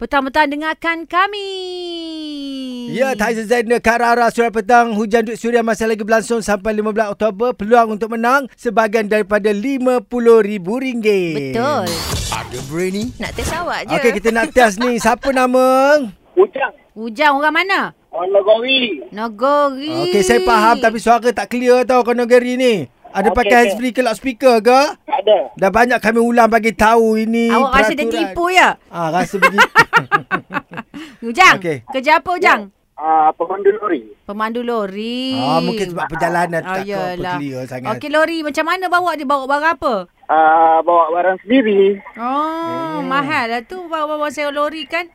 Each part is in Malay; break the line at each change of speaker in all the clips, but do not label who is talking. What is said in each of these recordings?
Petang-petang dengarkan kami.
Ya, Tyson Zain Karara surat petang hujan duit suria masih lagi berlangsung sampai 15 Oktober. Peluang untuk menang sebahagian daripada RM50,000.
Betul.
Ada berani.
Nak test awak je.
Okey, kita nak test ni. Siapa nama?
Ujang.
Ujang orang mana?
Orang Logori.
Nogori.
Okey, saya faham tapi suara tak clear tau kau Nogeri ni. Ada
Okey,
pakai
okey.
handsfree ke loudspeaker ke?
Tak ada.
Dah banyak kami ulang bagi tahu ini
Awak rasa dia
peraturan.
tipu ya?
Ah, rasa begitu.
Ujang,
Okey.
kerja apa Ujang?
Uh, pemandu lori.
Pemandu lori.
ah, mungkin sebab perjalanan tu
Ah,
tak
yelah.
kau clear sangat.
Okey lori, macam mana bawa dia? Bawa barang apa?
Uh, bawa barang sendiri.
Oh,
Hmm.
mahal lah tu bawa-bawa sewa lori kan?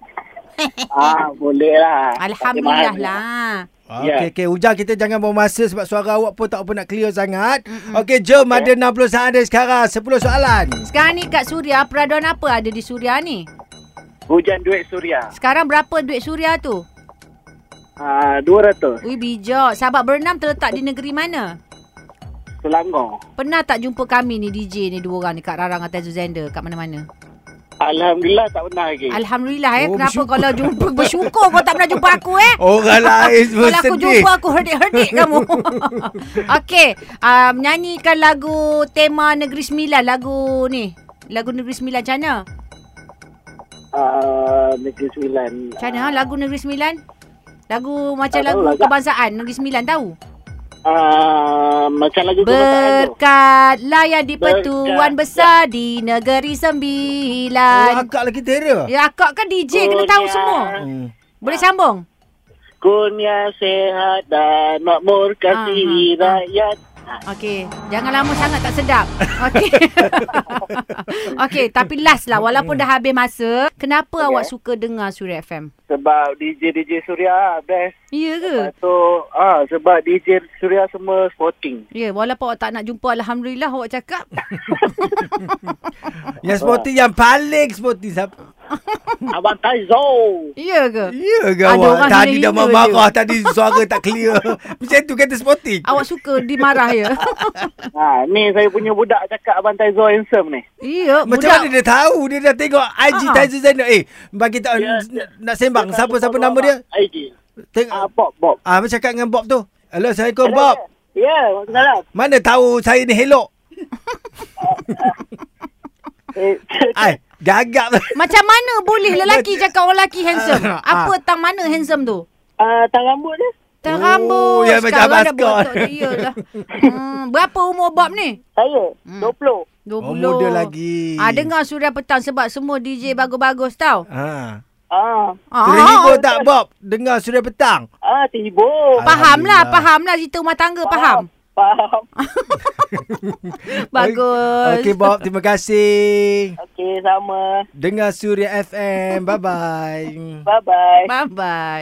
Ah, boleh lah.
Alhamdulillah lah.
Ah,
Ya.
Okey, okey. Ujang kita jangan bawa masa sebab suara awak pun tak apa nak clear sangat. Okey, jom. Ada 60 saat dari sekarang. 10 soalan.
Sekarang ni kat Suria, peraduan apa ada di Suria ni?
Hujan duit suria.
Sekarang berapa duit Suria tu?
Ah, uh, 200.
Ui bijak, sahabat berenam terletak di negeri mana?
Selangor.
Pernah tak jumpa kami ni DJ ni dua orang ni Kak Rarang atau Zuzenda kat mana-mana?
Alhamdulillah tak pernah lagi.
Alhamdulillah eh,
Oh,
oh, kenapa
bersyukur.
kalau jumpa bersyukur kau tak pernah jumpa aku eh?
Orang lain
Kalau aku
bersedih.
jumpa aku herdik-herdik kamu. Okey, uh, menyanyikan lagu tema Negeri Sembilan lagu ni. Lagu Negeri Sembilan macam mana?
Ah, Negeri Sembilan.
Macam mana ha? lah? lagu Negeri Sembilan? Lagu macam
Tak tahu
lagu
lah, Kak.
kebangsaan Negeri Sembilan tahu?
Ah, macam lagu kebangsaan tu.
Berkatlah yang di pertuan
Berkat.
besar di Negeri
Oh,
Sembilan.
agak lagi terror.
kan? Ya akak kan DJ kena tahu
Kurnia.
semua.
Hmm.
Boleh sambung?
Kurnia sehat dan makmur kasih
Ah, ah, ah.
rakyat.
Okey, jangan lama sangat tak sedap. Okey. Okey, tapi last lah walaupun dah habis masa, kenapa
Okey.
awak suka dengar Suria FM?
Sebab DJ-DJ Suria best.
Ya ke?
Lepas tu, ah, sebab DJ Suria semua sporting.
Ya, walaupun awak tak nak jumpa alhamdulillah awak cakap.
Yang sporty, yang paling sporty. Siapa?
Abang Taizo.
Ya ke?
Ya ke
Ada
awak?
orang
Tadi
hina-hina
dah marah. Tadi suara tak clear. Macam tu kata sporty.
Awak suka dimarah ya?
Ha, ni saya punya budak cakap Abang Taizo handsome ni.
ya,
Macam
budak.
mana dia tahu? Dia dah tengok IG
Ah.
Tyson Zainal. Eh, bagi tahu
Ya,
n- nak sembang. Siapa-siapa nama dia?
IG. Ah,
Tengok.
Bob, Bob.
Ah, apa cakap dengan Bob tu? Assalamualaikum Oh, Bob.
Ya, yeah, masalah.
Mana tahu saya ni helok?
Eh,
Ai, gagap.
Macam mana boleh lelaki cakap orang lelaki handsome?
Ah.
Apa tang mana handsome tu?
ah, tang rambut dia?
Tang
Oh,
rambut.
ya, macam
Sekarang dah
Abaskar.
berotot dia lah. Hmm, berapa umur Bob ni?
Saya,
Hmm.
20.
20.
Oh, muda lagi.
Ah, dengar Suria Petang sebab semua DJ bagus-bagus tau.
Ha.
Ah,
Ah,
Terhibur tak Bob dengar suria petang?
ah, tiba.
Fahamlah,
Alhamdulillah.
fahamlah cerita rumah tangga, faham.
Faham.
Bagus.
Okey Bob, terima kasih.
Okey, sama.
Dengar Suria FM. Bye-bye.
Bye-bye.
Bye-bye.